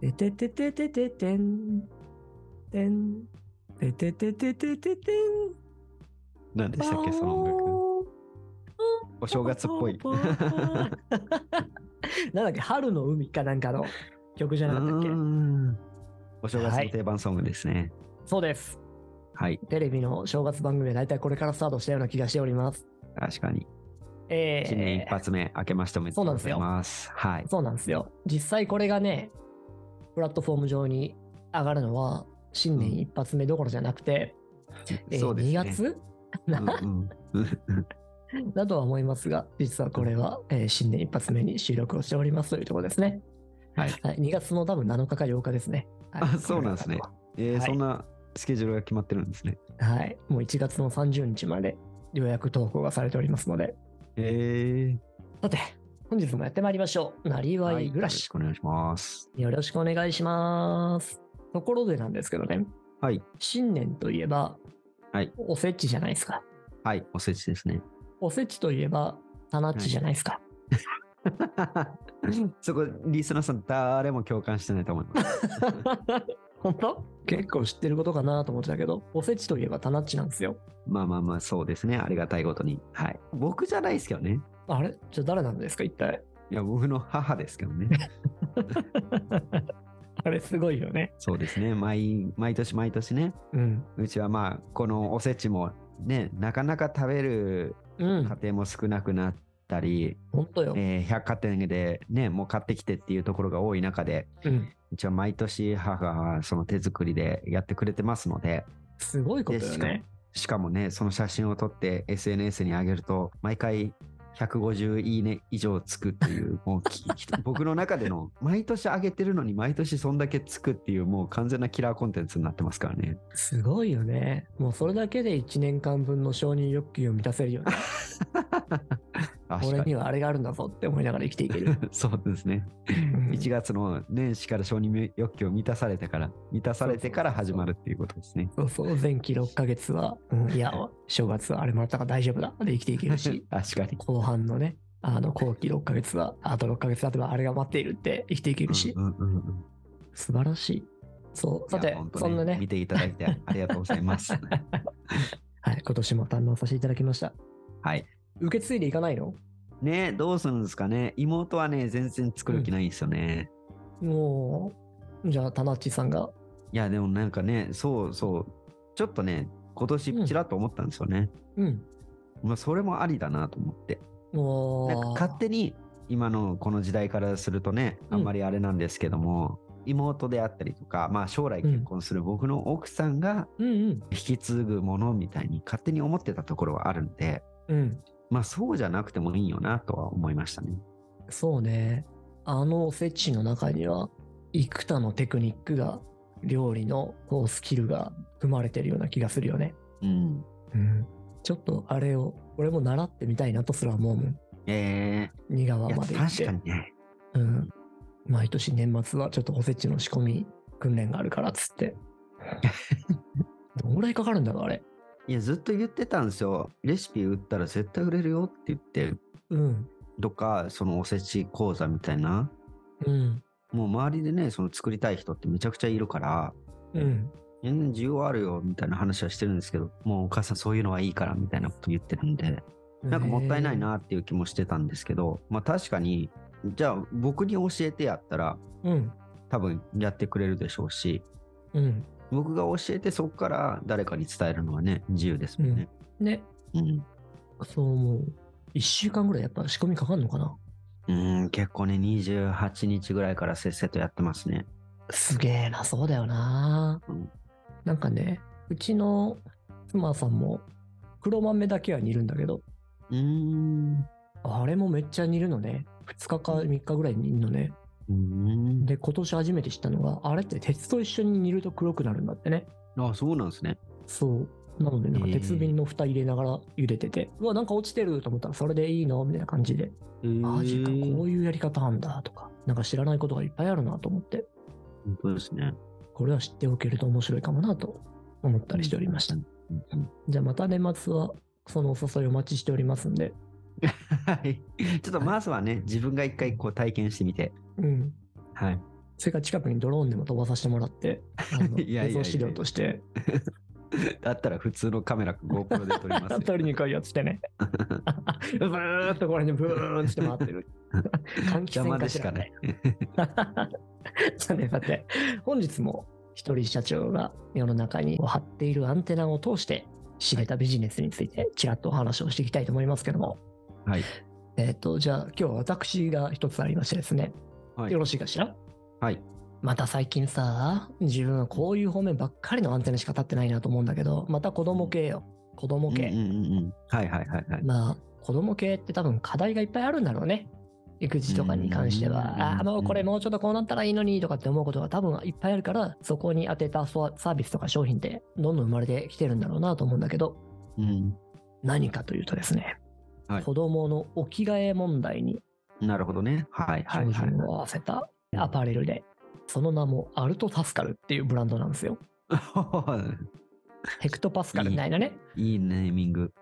ててててててん。てん。てててててててん。何でしたっけ、その音楽。お正月っぽい。パーパーパーパー なんだっけ、春の海かなんかの曲じゃなかったっけうー。んお正月の定番ソングですね。そうです。はい、テレビの正月番組は大体これからスタートしたような気がしております。確かに。えー新年一発目、明けましておめでとうございます。はい。そうなんですよ。実際これがね、プラットフォーム上に上がるのは、新年一発目どころじゃなくて、えーそうですね2月うんうんだとは思いますが、実はこれは、えー新年一発目に収録をしておりますというところですね。はい。はい、2月の多分7日か8日ですね。はいあそうなんですねえーはいそんなスケジュールが決まってるんですね。はい。もう1月の30日まで予約投稿がされておりますので。えさて、本日もやってまいりましょう。なりー、わはいい暮らし。よろしくお願いします。よろしくお願いします。ところでなんですけどね、はい。新年といえば、はいおせちじゃないですか。はい。おせちで すね。おせちといえば、たなっちじゃないですか。そこ、リスナーさん、誰も共感してないと思います。 本当結構知ってることかなと思ってたけど、おせちといえばたなっちなんですよ。まあまあまあ、そうですね。ありがたいことに。はい。僕じゃないですけどね。あれじゃあ誰なんですか一体。いや、僕の母ですけどね。あれすごいよね。そうですね。毎毎年毎年ね。うん。うちはまあ、このおせちもね、なかなか食べるうん家。庭も少なくなったり、本当よ。えー百貨店でね、もう買ってきてっていうところが多い中で、うん。うちは毎年母がその手作りでやってくれてますので、すごいことよね。しかもね、その写真を撮って SNS に上げると、毎回150いいね以上つくって いう、もうきひと僕の中での、毎年上げてるのに毎年そんだけつくっていう、もう完全なキラーコンテンツになってますからね。すごいよね。もうそれだけで1年間分の承認欲求を満たせる よね。確俺かに。にはあれがあるんだぞって思いながら生きていけ る。 そうですね。1月の年始から承認欲求を満たされたから、満たされてから始まるっていうことですね。、そうそう、前期6ヶ月は、うんいや、正月はあれもらったから大丈夫だ。で生きていけるし 確かに。後半のね、あの、後期6ヶ月は、あと6ヶ月経てばあれが待っているって生きていけるし、うんうんうんうん素晴らしい。そう、さいて、や本当そんなね見、ていただいてありがとうござ います。はい、今年も堪能させていただきました。はい。受け継いでいかないのねどうするんですかね妹はね、全然作る気ないんですよね。もう、じゃあ、田那っちさんが、いや、でもなんかね、そうそう、ちょっとね、う今ん年ちらっと思ったんですよね。うん、まあ、それもありだなと思って。もう、なんか勝手に、今のこの時代からするとね、あんまりあれなんですけども、妹であったりとか、まあ将来結婚する僕の奥さんがうん引き継ぐものみたいに勝手に思ってたところはあるんで、うん、うん。まあそうじゃなくてもいいよなとは思いましたね。そうね。あのおせちの中には、幾多のテクニックが、料理のこうスキルが含まれてるような気がするよね。うん。うん。ちょっとあれを、俺も習ってみたいなとすら思うもん。え仁え川いやまで行って。確かにね。うん。毎年年末はちょっとおせちの仕込み訓練があるからっつって。 どんぐらいかかるんだろう、あれ。いや、ずっと言ってたんですよ。レシピ売ったら絶対売れるよって言って、うん。とか、そのおせち講座みたいな。うん。もう周りでね、その作りたい人ってめちゃくちゃいるから、うん。全然需要あるよみたいな話はしてるんですけど、もうお母さんそういうのはいいからみたいなこと言ってるんで、なんかもったいないなっていう気もしてたんですけど、まあ確かに、じゃあ僕に教えてやったらへー。うん。多分やってくれるでしょうし、うん。僕が教えてそこから誰かに伝えるのはね、自由ですもんね。ね。うん。そう思う。一週間ぐらいやっぱ仕込みかかるのかなうん、結構ね、28日ぐらいからせっせとやってますね。すげえな、そうだよな、うんなんかね、うちの妻さんも黒豆だけは煮るんだけど、うーん。あれもめっちゃ煮るのね。2日か3日ぐらいに煮るのね。うーん。で、今年初めて知ったのが、あれって鉄と一緒に煮ると黒くなるんだってね。あ、そうなんですね。そう。なので、なんかへえ鉄瓶の蓋入れながら茹でてて、うわ、なんか落ちてると思ったら、それでいいのみたいな感じで、マジか、こいういうやり方あんだとか、なんか知らないことがいっぱいあるなと思って、本当ですね。これは知っておけると面白いかもなと思ったりしておりました。うんうんじゃあまた年末はそのお誘いお待ちしておりますんで。はい。ちょっとまずはね、自分が一回こう体験してみて、うん。はい。それから近くにドローンでも飛ばさせてもらって、あの いやいやいや映像資料として、だったら普通のカメラ GoPro で撮り ますよ。取りに来いよっつってね。ブーっとこれにブーンって回って る。換気邪扇魔かでししらかなね。い。さてさて、本日も一人社長が世の中に張っているアンテナを通して知れたビジネスについてちらっとお話をしていきたいと思いますけども。はい。えっ、と、じゃあ今日私が一つありましてですね。はいよろしいかしらはい。また最近さ、自分はこういう方面ばっかりのアンテナしか立ってないなと思うんだけど、また子供系よ。子供系。うんうんうんうん。はいはいはいはい。まあ、子供系って多分課題がいっぱいあるんだろうね。育児とかに関してうんうんうんうんは、ああ、もうこれもうちょっとこうなったらいいのにとかって思うことが多分いっぱいあるから、そこに当てたソアサービスとか商品ってどんどん生まれてきてるんだろうなと思うんだけど、うん。何かというとですね、はい子供の置き換え問題になるほどね。はいは標いはい準をは合わせたアパレルで、その名もアルトパスカルっていうブランドなんですよ。ヘクトパスカルみたいなね。 い。いいネーミング。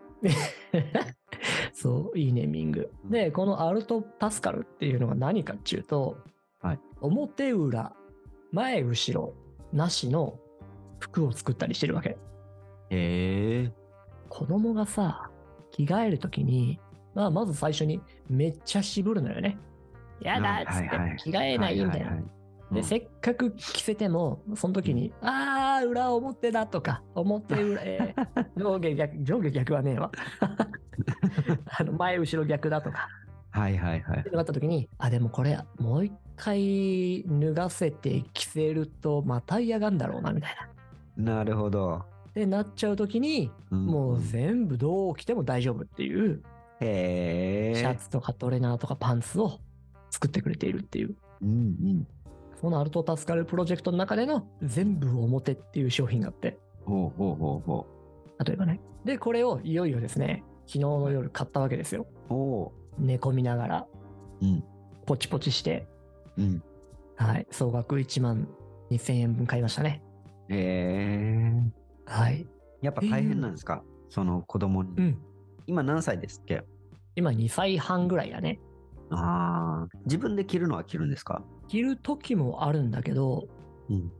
そう、いいネーミング。で、このアルトパスカルっていうのが何かっていうと、はい表裏、前後ろ、なしの服を作ったりしてるわけ。へえ。子供がさ、着替えるときに、まあ、まず最初にめっちゃ渋るのよね。やだっつっはいはいはいて、着替えないみたいはなは。いで、せっかく着せても、その時に、ああ、裏表だとか、表裏、えー上下逆、上下逆はねえわ。あの前後ろ逆だとか、はいはいはいっ。てなった時に、あ、でもこれ、もう一回脱がせて着せると、また嫌がんだろうな、みたいな。なるほど。ってなっちゃう時に、んもう全部どう着ても大丈夫っていう、へえ。シャツとかトレーナーとかパンツを作ってくれているっていう。うんそのアルトタスカルプロジェクトの中での全部表っていう商品があって、うん。ほうほうほうほ例えばね。で、これをいよいよですね、昨日の夜買ったわけですよ。う。ほ寝込みながら、うんポチポチして、う。うん。はい、総額1万2000円分買いましたね。へえ。はい。やっぱ大変なんですか、その子供に。うん。今何歳ですっけ今2歳半ぐらいだね。ああ。自分で着るのは着るんですか着る時もあるんだけど、うん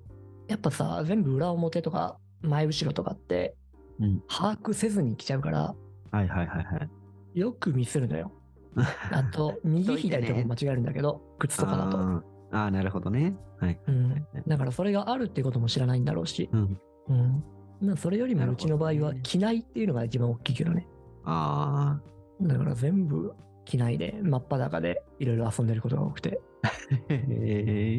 やっぱさ、全部裏表とか前後ろとかって、うん把握せずに着ちゃうから、はいはいはいはい。よくミスるのよ。あ と、右左とか間違えるんだけど、靴とかだと。あーあー、なるほどね。はい。うん。だからそれがあるってことも知らないんだろうし、うん、うん。まあ、それよりなもるうほどちの場合はね着ないっていうのが一番大きいけどね。あだから全部着ないで、真っ裸でいろいろ遊んでることが多くて。あ。へ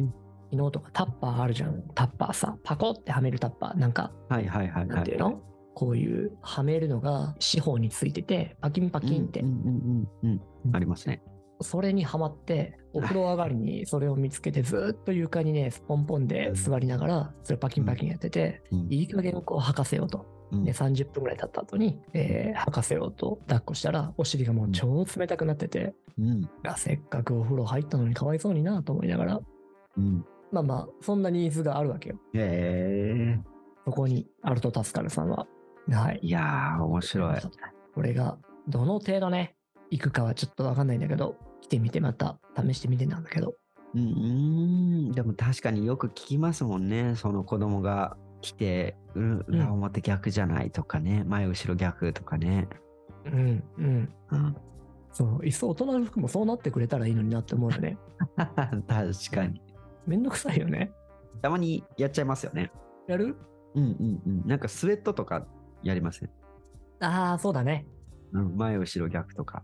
え。昨日とかタッパーあるじゃん。タッパーさ、パコってはめるタッパー。なんか、はいはいはいはい。なんていうの、こういうはめるのが四方についてて、パキンパキンって、うんうんうんうんうん。ありますね。それにはまって、お風呂上がりにそれを見つけて、ずーっと床にね、スポンポンで座りながら、それパキンパキンやってて、うんいい加減こう吐かせようと。うんで、30分ぐらい経った後に、えー、吐かせようと抱っこしたら、お尻がもう超冷たくなってて、うんあせっかくお風呂入ったのにかわいそうになと思いながら、うん。まあまあ、そんなニーズがあるわけよ。へえ。そこに、アルトタスカルさんは。はい。いやー、面白い。。これが、どの程度ね、行くかはちょっとわかんないんだけど、来てみてまた試してみてなんだけど。うんうん。でも確かによく聞きますもんね。その子供が来て、うん、裏表逆じゃないとかね。前後ろ逆とかね。うん、うん。うん、そう、いっそ大人の服もそうなってくれたらいいのになって思うよね。 確かに。めんどくさいよね。たまにやっちゃいますよね。やるうんうんうん。なんかスウェットとかやりません。ああ、そうだね。うん、前後ろ逆とか。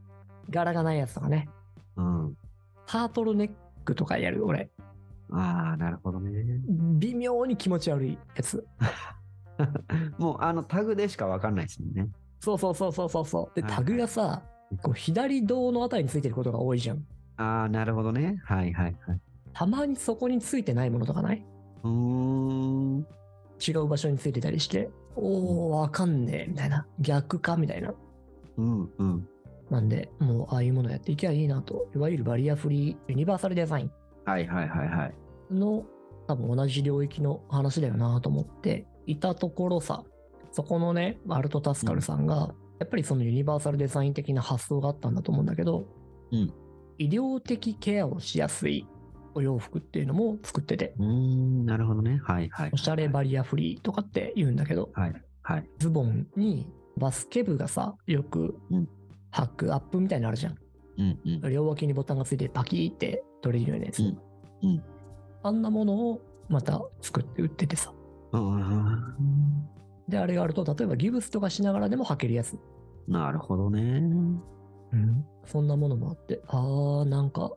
柄がないやつとかね。うん。タートルネックとかやる、俺。ああ、なるほどね。微妙に気持ち悪いやつ。もうあのタグでしかわかんないですもんね。そうそうそうそうそうそう。で、はいタグがさ、こう左胴のあたりについてることが多いじゃん。ああ、なるほどね。はいはいはい。たまにそこについてないものとかないうーん。違う場所についてたりして、おー、わかんねえ、みたいな。逆か、みたいな。うんうん。なんで、もう、ああいうものやっていきゃいいなと。いわゆるバリアフリー、ユニバーサルデザイはいはいはいはい。ンの、多分同じ領域の話だよなと思って、いたところさ、そこのね、アルトタスカルさんが、やっぱりそのユニバーサルデザイン的な発想があったんだと思うんだけど、うん医療的ケアをしやすいお洋服っていうのも作ってて、うーん、なるほどね。はいはい。おしゃれバリアフリーとかって言うんだけど、はいはい。ズボンにバスケ部がさ、よくうん履くアップみたいなのあるじゃん。うんうん。両脇にボタンがついてパキーって取れるようなやつ。うんうんあんなものをまた作って売っててさ。あで、あれがあると、例えばギブスとかしながらでも履けるやつ。ーなるほどね。そんなものもあって、あー、なんか、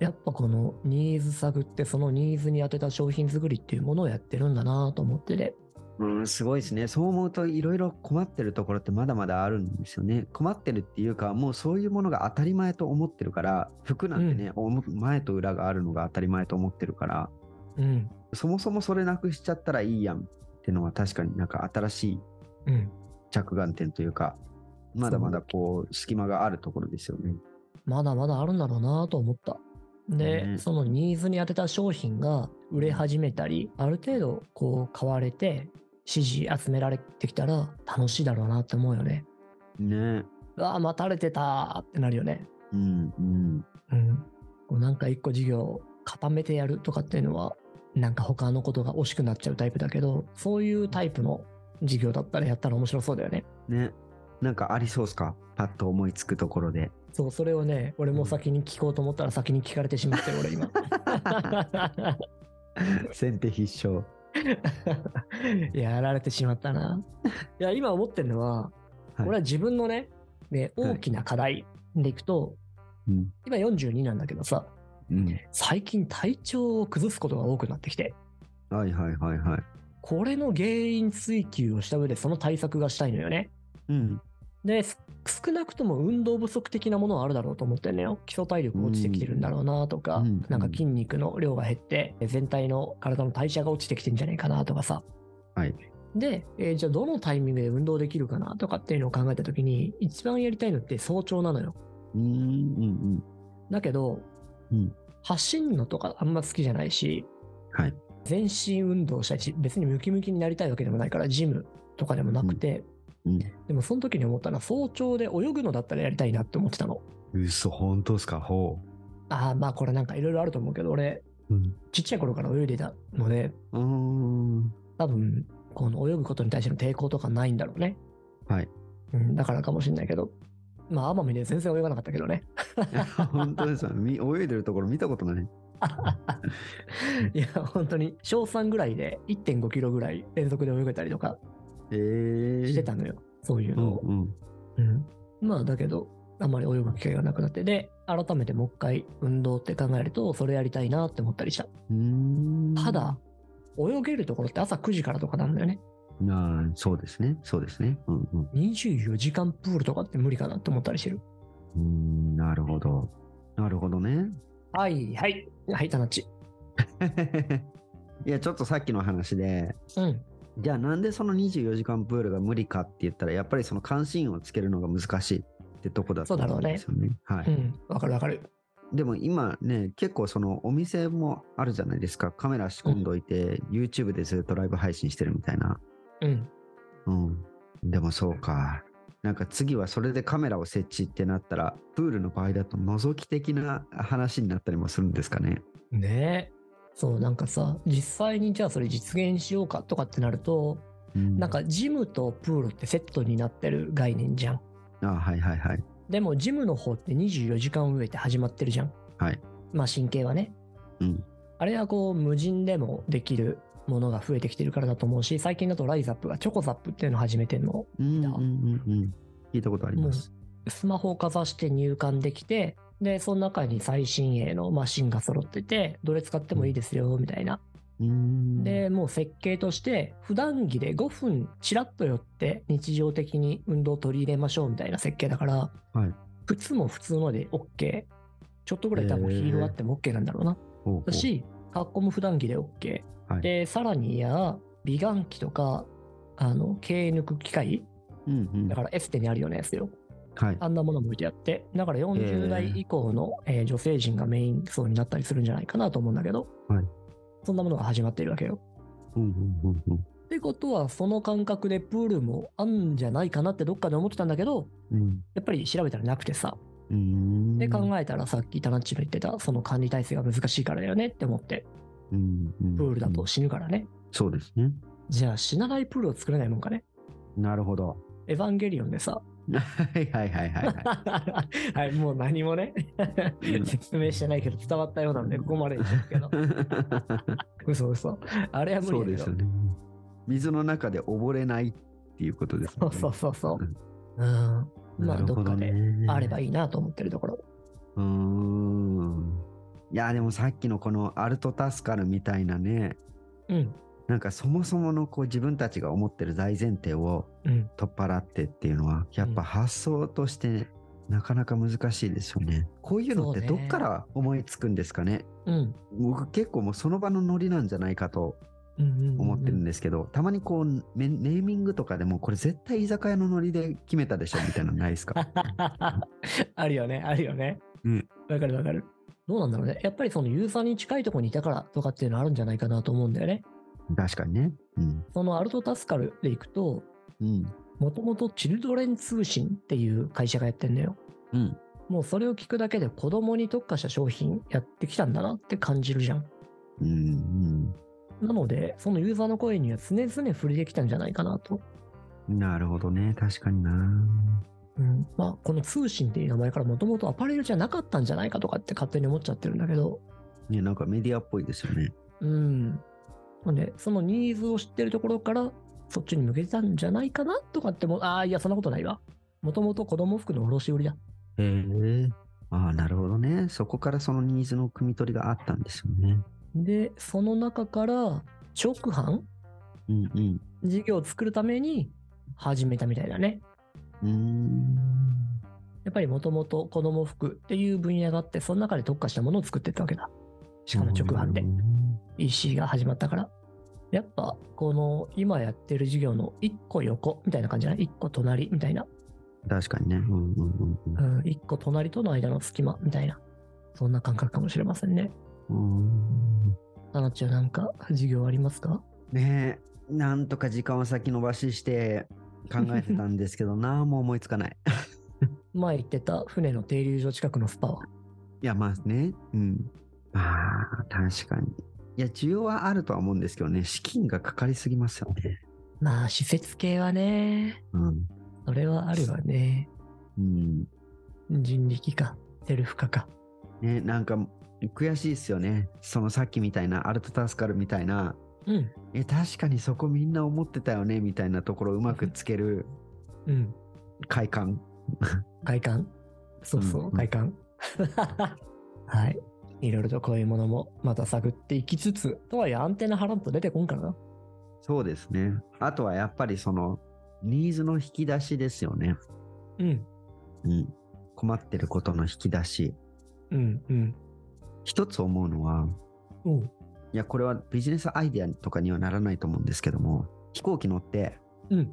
やっぱこのニーズ探って、そのニーズに当てた商品作りっていうものをやってるんだなと思ってて、うん、すごいですね。そう思うといろいろ困ってるところってまだまだあるんですよね。困ってるっていうか、もうそういうものが当たり前と思ってるから、服なんてね、おも前と裏があるのが当たり前と思ってるから、うん、そもそもそれなくしちゃったらいいやんってのは確かになんか新しいうん。着眼点というか、まだまだこう隙間があるところですよね。まだまだあるんだろうなと思った。で、うんそのニーズに当てた商品が売れ始めたり、ある程度こう買われて、支持集められてきたら楽しいだろうなって思うよね。ね。うわあ、待たれてたーってなるよね。うんうん。うん。こうなんか一個事業を固めてやるとかっていうのは、なんか他のことが惜しくなっちゃうタイプだけど、そういうタイプの事業だったらやったら面白そうだよね。ね。なんかありそうっすかパッと思いつくところで。そう、それをね、俺も先に聞こうと思ったら先に聞かれてしまってる、俺 今。先手必勝。やられてしまったな。 いや、今思ってるのは、はい俺は自分のね、ね、はい大きな課題でいくと、うん。今42なんだけどさ、うん。最近体調を崩すことが多くなってきて、はいはいはいはい。これの原因追及をした上でその対策がしたいのよね。うん。で、す少なくとも運動不足的なものはあるだろうと思ってんのよ。基礎体力が落ちてきてるんだろうなとか、うんなんか筋肉の量が減って、全体の体の代謝が落ちてきてんじゃないかなとかさ。はいで、えーじゃあどのタイミングで運動できるかなとかっていうのを考えた時に、一番やりたいのって早朝なのよ。うんうんだけど、うん。うん。走るのとかあんま好きじゃないし、はい。全身運動したいし、別にムキムキになりたいわけでもないから、ジムとかでもなくて、うん。でもその時に思ったのは早朝で泳ぐのだったらやりたいなって思ってたの。嘘、本当っすかほああまあこれなんかいろいろあると思うけど俺う。うん。ちっちゃい頃から泳いでたのでうーん。多分この泳ぐことに対しての抵抗とかないんだろうね。はい。うん、だからかもしれないけどまあ奄美で全然泳がなかったけど ね。本当ですよみ泳いでるところ見たことない。いや本当に小3ぐらいで1.5キロぐらい連続で泳げたりとかえー。してたのよ、そういううのんを。うん。うん、まあだけどあんまり泳ぐ機会がなくなってで改めてもう一回運動って考えるとそれやりたいなって思ったりした。うーん。ただ、泳げるところって朝9時からとかなんだよね。なあそうですね。そうですね。うんうん。 24時間プールとかって無理かなって思ったりしてる。うーんなるほど。なるほどね。 はい、はい。はい、タナッチ。いや、ちょっとさっきの話で、うん。じゃあなんでその24時間プールが無理かって言ったら、やっぱりその関心をつけるのが難しいってとこだと思うんですよね。はうい。ん。わかるわかる。でも今ね、結構そのお店もあるじゃないですか。カメラ仕込んどいて、YouTube でずっとライブ配信してるみたいな。うん。うん。でもそうか。なんか次はそれでカメラを設置ってなったら、プールの場合だと覗き的な話になったりもするんですかね。ねえ。そう、なんかさ、実際にじゃあそれ実現しようかとかってなると、うんなんかジムとプールってセットになってる概念じゃん。あはいはいはい。でもジムの方って24時間植えて始まってるじゃん。はい。まあ神経はね。うん。あれはこう無人でもできるものが増えてきてるからだと思うし、最近だとライザップがチョコザップっていうのを始めてるの。うんうんうんうん。聞いたことあります。スマホをかざして入館できて、で、その中に最新鋭のマシンが揃ってて、どれ使ってもいいですよ、みたいな。うん。で、もう設計として、普段着で5分チラッと寄って、日常的に運動を取り入れましょう、みたいな設計だから、はい靴も普通ので OK。ちょっとぐらい多分ヒールあっても OK なんだろうな。ほうほうだし、格好も普段着で OK。はいで、さらにや、美顔器とか、あの、毛抜く機械うんうんだからエステにあるようなやつよ。はい。あんなものも置いてあって、だから40代以降の、えー女性陣がメイン層になったりするんじゃないかなと思うんだけど、はいそんなものが始まっているわけよ。うんうんうんうんってことは、その感覚でプールもあんじゃないかなってどっかで思ってたんだけど、うんやっぱり調べたらなくてさ、うーんで考えたらさっきタナッチの言ってたその管理体制が難しいからだよねって思ってうんうんプールだうとん死ぬからね、そうですね。じゃあ死なないプールを作れないもんかねなるほど。エヴァンゲリオンで さ、はいはいはいはいはい。はい、もう何もねう ん説明してないけど伝わったようなんでここまでですけど 嘘嘘あれは無理そだうけでどすよね。水の中で溺れないっていうことですそようね。そうそうそううんまあなるほねあればいいなと思ってるところうーん。いや、でもさっきのこのアルトタスカルみたいなね、うんなんかそもそものこう自分たちが思ってる大前提をうん取っ払ってっていうのは、やっぱうん発想としてなかなか難しいですよね。こういうのってそどうねっから思いつくんですかねうん僕結構もうその場のノリなんじゃないかとうん思ってるんでですけど、たまにこうめネーミングとかでもこれ絶対居酒屋のノリで決めたでしょみたいなのないです かあるよねあるよねうんわかるわかるどうなんだろうねやっぱりそのユーザーに近いところにいたからとかっていうのあるんじゃないかなと思うんだよね確かにね。うん。そのアルトタスカルでいくとうん。もともとチルドレン通信っていう会社がやってんのようん。もうそれを聞くだけで子供に特化した商品やってきたんだなって感じるじゃんうん。うんなのでそのユーザーの声には常々触れてきたんじゃないかなとなるほどね。確かにな。うんまあ、この通信っていう名前からもともとアパレルじゃなかったんじゃないかとかって勝手に思っちゃってるんだけど、ね、なんかメディアっぽいですよね。うん。なんで、そのニーズを知ってるところから、そっちに向けてたんじゃないかなとかっても、ああ、いや、そんなことないわ。もともと子供服の卸売りだ。へえ。ああ、なるほどね。そこからそのニーズの汲み取りがあったんですよね。で、その中から、直販うんうん。事業を作るために始めたみたいだね。うーん。やっぱりもともと子供服っていう分野があって、その中で特化したものを作ってったわけだ。しかも直販でなる EC が始まったから。やっぱ、この今やってる事業の一個横みたいな感じじゃない一個隣みたいな。ほどね。確かにね。うんうんうんうん、一個隣との間の隙間みたいな。そんな感覚かもしれませんね。うん。うーんタナッチはなんか事業ありますかねえ、なんとか時間を先延ばしして考えてたんですけどな、もう思いつかない。前言ってた船の停留所近くのスパは。いや、まあね。うん。まあ、確かに。いや、需要はあるとは思うんですけどね、資金がかかりすぎますよね。まあ、施設系はね、うん。それはあるわね。うん、人力か、セルフ化か。ねなんか悔しいですよねそのさっきみたいなアルトタスカルみたいなうん、え確かにそこみんな思ってたよねみたいなところをうまくつけるうん。快感外観そうそう、うんうん外 観はい。いろいろとこういうものもまた探っていきつつ、とはいえアンテナ張らんと出てこんからな。そうですねあとはやっぱりそのニーズの引き出しですよね、うん、うん、困ってることの引き出しうん、うん。一つ思うのはおういやこれはビジネスアイデアとかにはならないと思うんですけども飛行機乗ってうん。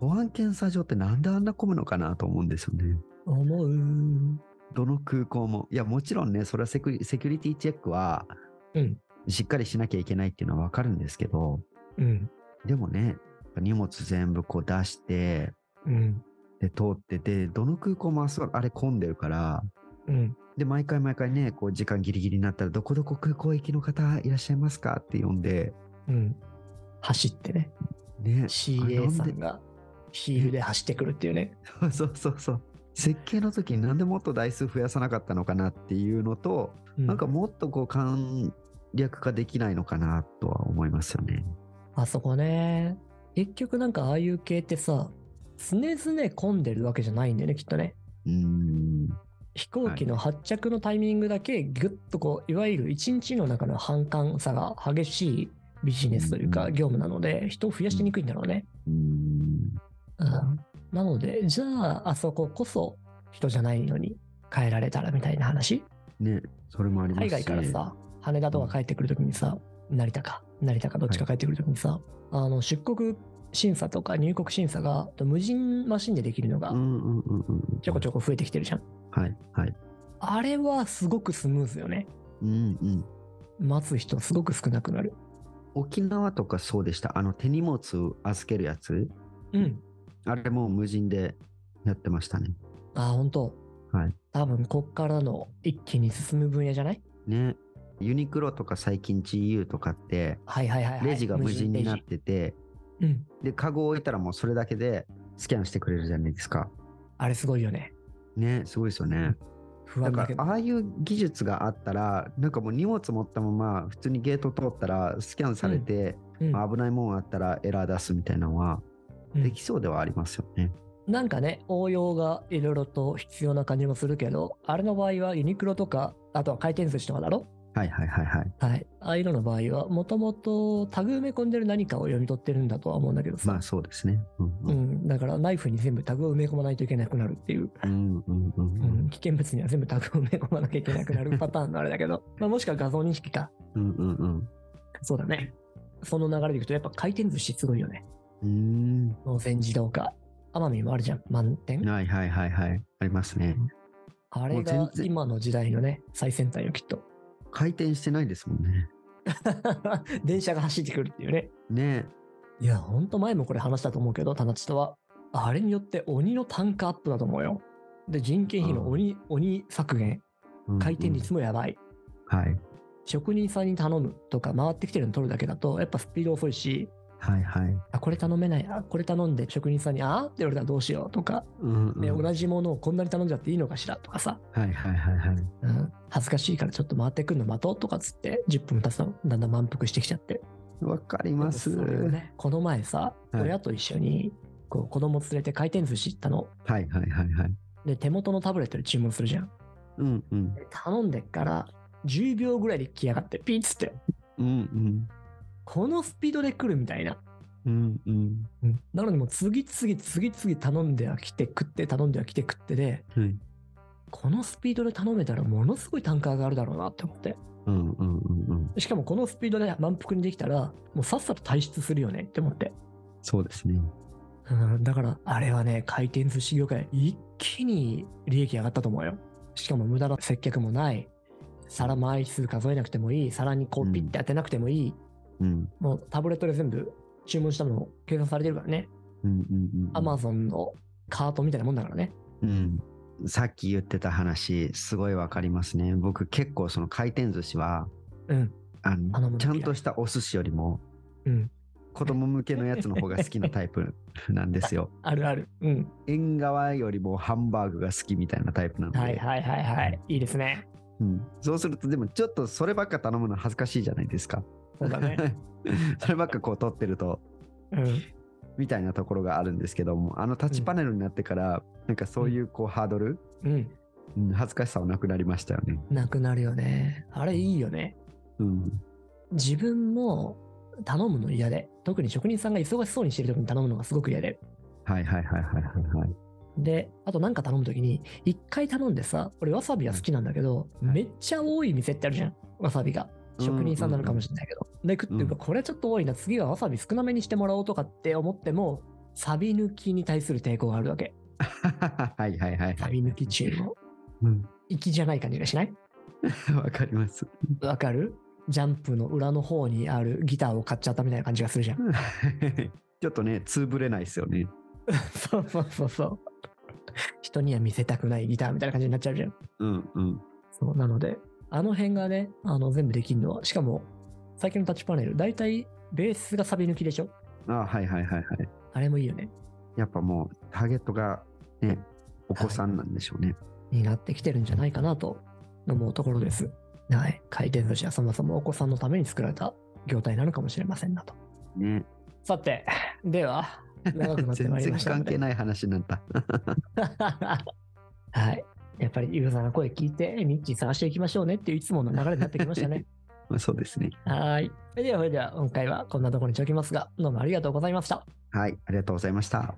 保安検査場ってなんであんな混むのかなと思うんですよね思う。どの空港も。いや、もちろんね、それはセキュリセキュリティチェックはうん、しっかりしなきゃいけないっていうのはわかるんですけど、うん、でもね、荷物全部こう出して、うん、で、通ってて、どの空港もあそあれ混んでるから、うん。で、毎回毎回ね、こう時間ギリギリになったら、どこどこ空港行きの方いらっしゃいますかって呼んで、うん。走ってね、ね、 CA さあれんがヒールで走ってくるっていうね。なんでそうそうそう。設計の時になんでもっと台数増やさなかったのかなっていうのと、ななんか、もっとこう簡略化できないのかなとは思いますよね。あそこね。結局なんかああいう系ってさ、常々混んでるわけじゃないんだよね、きっとね。うーん。飛行機の発着のタイミングだけぐっとこういわゆる一日の中の反感差が激しいビジネスといううかん業務なので人を増やしにくいんだろうね。うーんうんなのでじゃああそここそ人じゃないのに変えられたらみたいな話ね、それもあります海し外からさ羽田とか帰ってくるときにさ成田か成田かどっちか帰ってくるときにさ、あの出国審査とか入国審査が無人マシンでできるのがうんうんうんうん。ちょこちょこ増えてきてるじゃん。はいはい。あれはすごくスムーズよね。うんうん。待つ人すごく少なくなる。沖縄とかそうでした。あの手荷物預けるやつ、うん。あれも無人でやってましたね。ああ、本当。はい多分こっからの一気に進む分野じゃないね。ユニクロとか最近 GU とかって、はいはいはい、はい。レジが無人になっ無レてて、ジ。うん。で、カゴを置いたらもうそれだけでスキャンしてくれるじゃないですか。あれすごいよね。ね、すごいですよね。不だ安だかけら、ど。ああいう技術があったら、なんかもう荷物持ったまま、普通にゲート通ったら、スキャンされて、うんまあ危ないもんあったらエラー出すみたいなのは、うんできそうではありますよね。なんかね、応用がいろいろと必要な感じもするけど、あれの場合はユニクロとか、あとは回転寿司とかだろはいはいはいはい。はい。ああいうのの場合は、もともとタグ埋め込んでる何かを読み取ってるんだとは思うんだけどさ。まあそうですね。うんううんん、だからナイフに全部タグを埋め込まないといけなくなるっていう、うんうんううんん、危険物には全部タグを埋め込まなきゃいけなく なるパターンのあれだけど、まあ、もしくは画像認識か。うんうんうんそうだね。その流れでいくと、やっぱ回転寿司すごいよね。うん。うもう全自動化。奄美もあるじゃん、満点ーん。。はいはいはいはい。ありますね。あれもうが全然今の時代のね、最先端よ、きっと。 回転してないですもんね。電車が走ってくるっていうね。ねいや、ほんと前もこれ話したと思うけど、田中とは。あれによって鬼の単価アップだと思うよ。で、人件費の鬼、鬼削減。うんうん回転率もやばい。はい職人さんに頼むとか、回ってきてるの取るだけだと、やっぱスピード遅いし、はいはい。あ、これ頼めない、あ、これ頼んで職人さんに、あーって言われたらどうしようとか、うんうんね同じものをこんなに頼んじゃっていいのかしらとかさ、はいはいはいはい。うん、恥ずかしいからちょっと回ってくるの待とうとかっつって、10分経つとだんだん満腹してきちゃって。わかります。でもそれをね、この前さ、はい親と一緒に、こう子供連れて回転寿司行ったの。はいはいはいはい。で、手元のタブレットで注文するじゃん。うんうん。で頼んでっから、10秒ぐらいで来やがって、ピッつって、うんこのスピードで来るみたいな。うん。うんうん。なのでもう次々次々頼んでは来て食って頼んでは来て食ってで、はいこのスピードで頼めたらものすごい単価上がるだろうなって思って。うんうんうんうん。しかもこのスピードで満腹にできたら、もうさっさと退出するよねって思って。そうですね。うん、だから、あれはね、回転寿司業界、一気に利益上がったと思うよ。しかも無駄な接客もない。皿枚数数えなくてもいい。皿にこううんピッて当てなくてもいい。うんもうタブレットで全部注文したのも計算されてるからね。うんうんうん。アマゾンのカートみたいなもんだからね。うん。さっき言ってた話、すごいわかりますね。僕結構その回転寿司は、うん。あの頼むのちゃんとしたお寿司よりもうん。子供向けのやつの方が好きなタイプなんで すよ。あるある。うん。縁側よりもハンバーグが好きみたいなタイプなので、はいはいはいはい。いいですね。うん、そうするとでもちょっとそればっか頼むの恥ずかしいじゃないです か。そうだ ね。そればっかこう取ってるとうん。みたいなところがあるんですけどもあのタッチパネルになってから、なんかそういうこうハードル、うん。うん、恥ずかしさはなくなりましたよね。なくなるよね。あれいいよね。うん、自分も頼むの嫌で。特に職人さんが忙しそうにしてる時に頼むのがすごく嫌で。はいはいはいはいはいはい。で、あとなんか頼む時に、一回頼んでさ、俺わさびは好きなんだけど、うんめっちゃ多い店ってあるじゃん。わさびが。職人さんなのかもしれないけど。で、食っていうか、これはちょっと多いな。次はわさび少なめにしてもらおうとかって思っても、サビ抜きに対する抵抗があるわけ。はいはいはいはサい。ビ抜き注 文。うん、粋じゃない感じがしないわかります。 わかるジャンプの裏の方にあるギターを買っちゃったみたいな感じがするじゃん。ちょっとね、つぶれないですよね。 そうそうそうそう。人には見せたくないギターみたいな感じになっちゃうじゃん。うんうん。そうなので、あの辺がね、あの全部できるのは、しかも、最近のタッチパネル、だいたいベースがサビ抜きでしょあはいはいはいはい。あれもいいよね。やっぱもうターゲットがね、お子さんなんでしょうね。になってきてるんじゃないかなと思うところです。はい。回転寿司はそもそもお子さんのために作られた業態なのかもしれませんなと。ね。さて、では、長くなって全まいり然ました関ので係。ない話になった。 はい。やっぱりユーザーの声聞いて、ミッキー探していきましょうねっていういつもの流れになってきましたね。まあそうですね。はい。それでは、それでは、今回はこんなところにしておきますが、どうもありがとうございました。はい、ありがとうございました。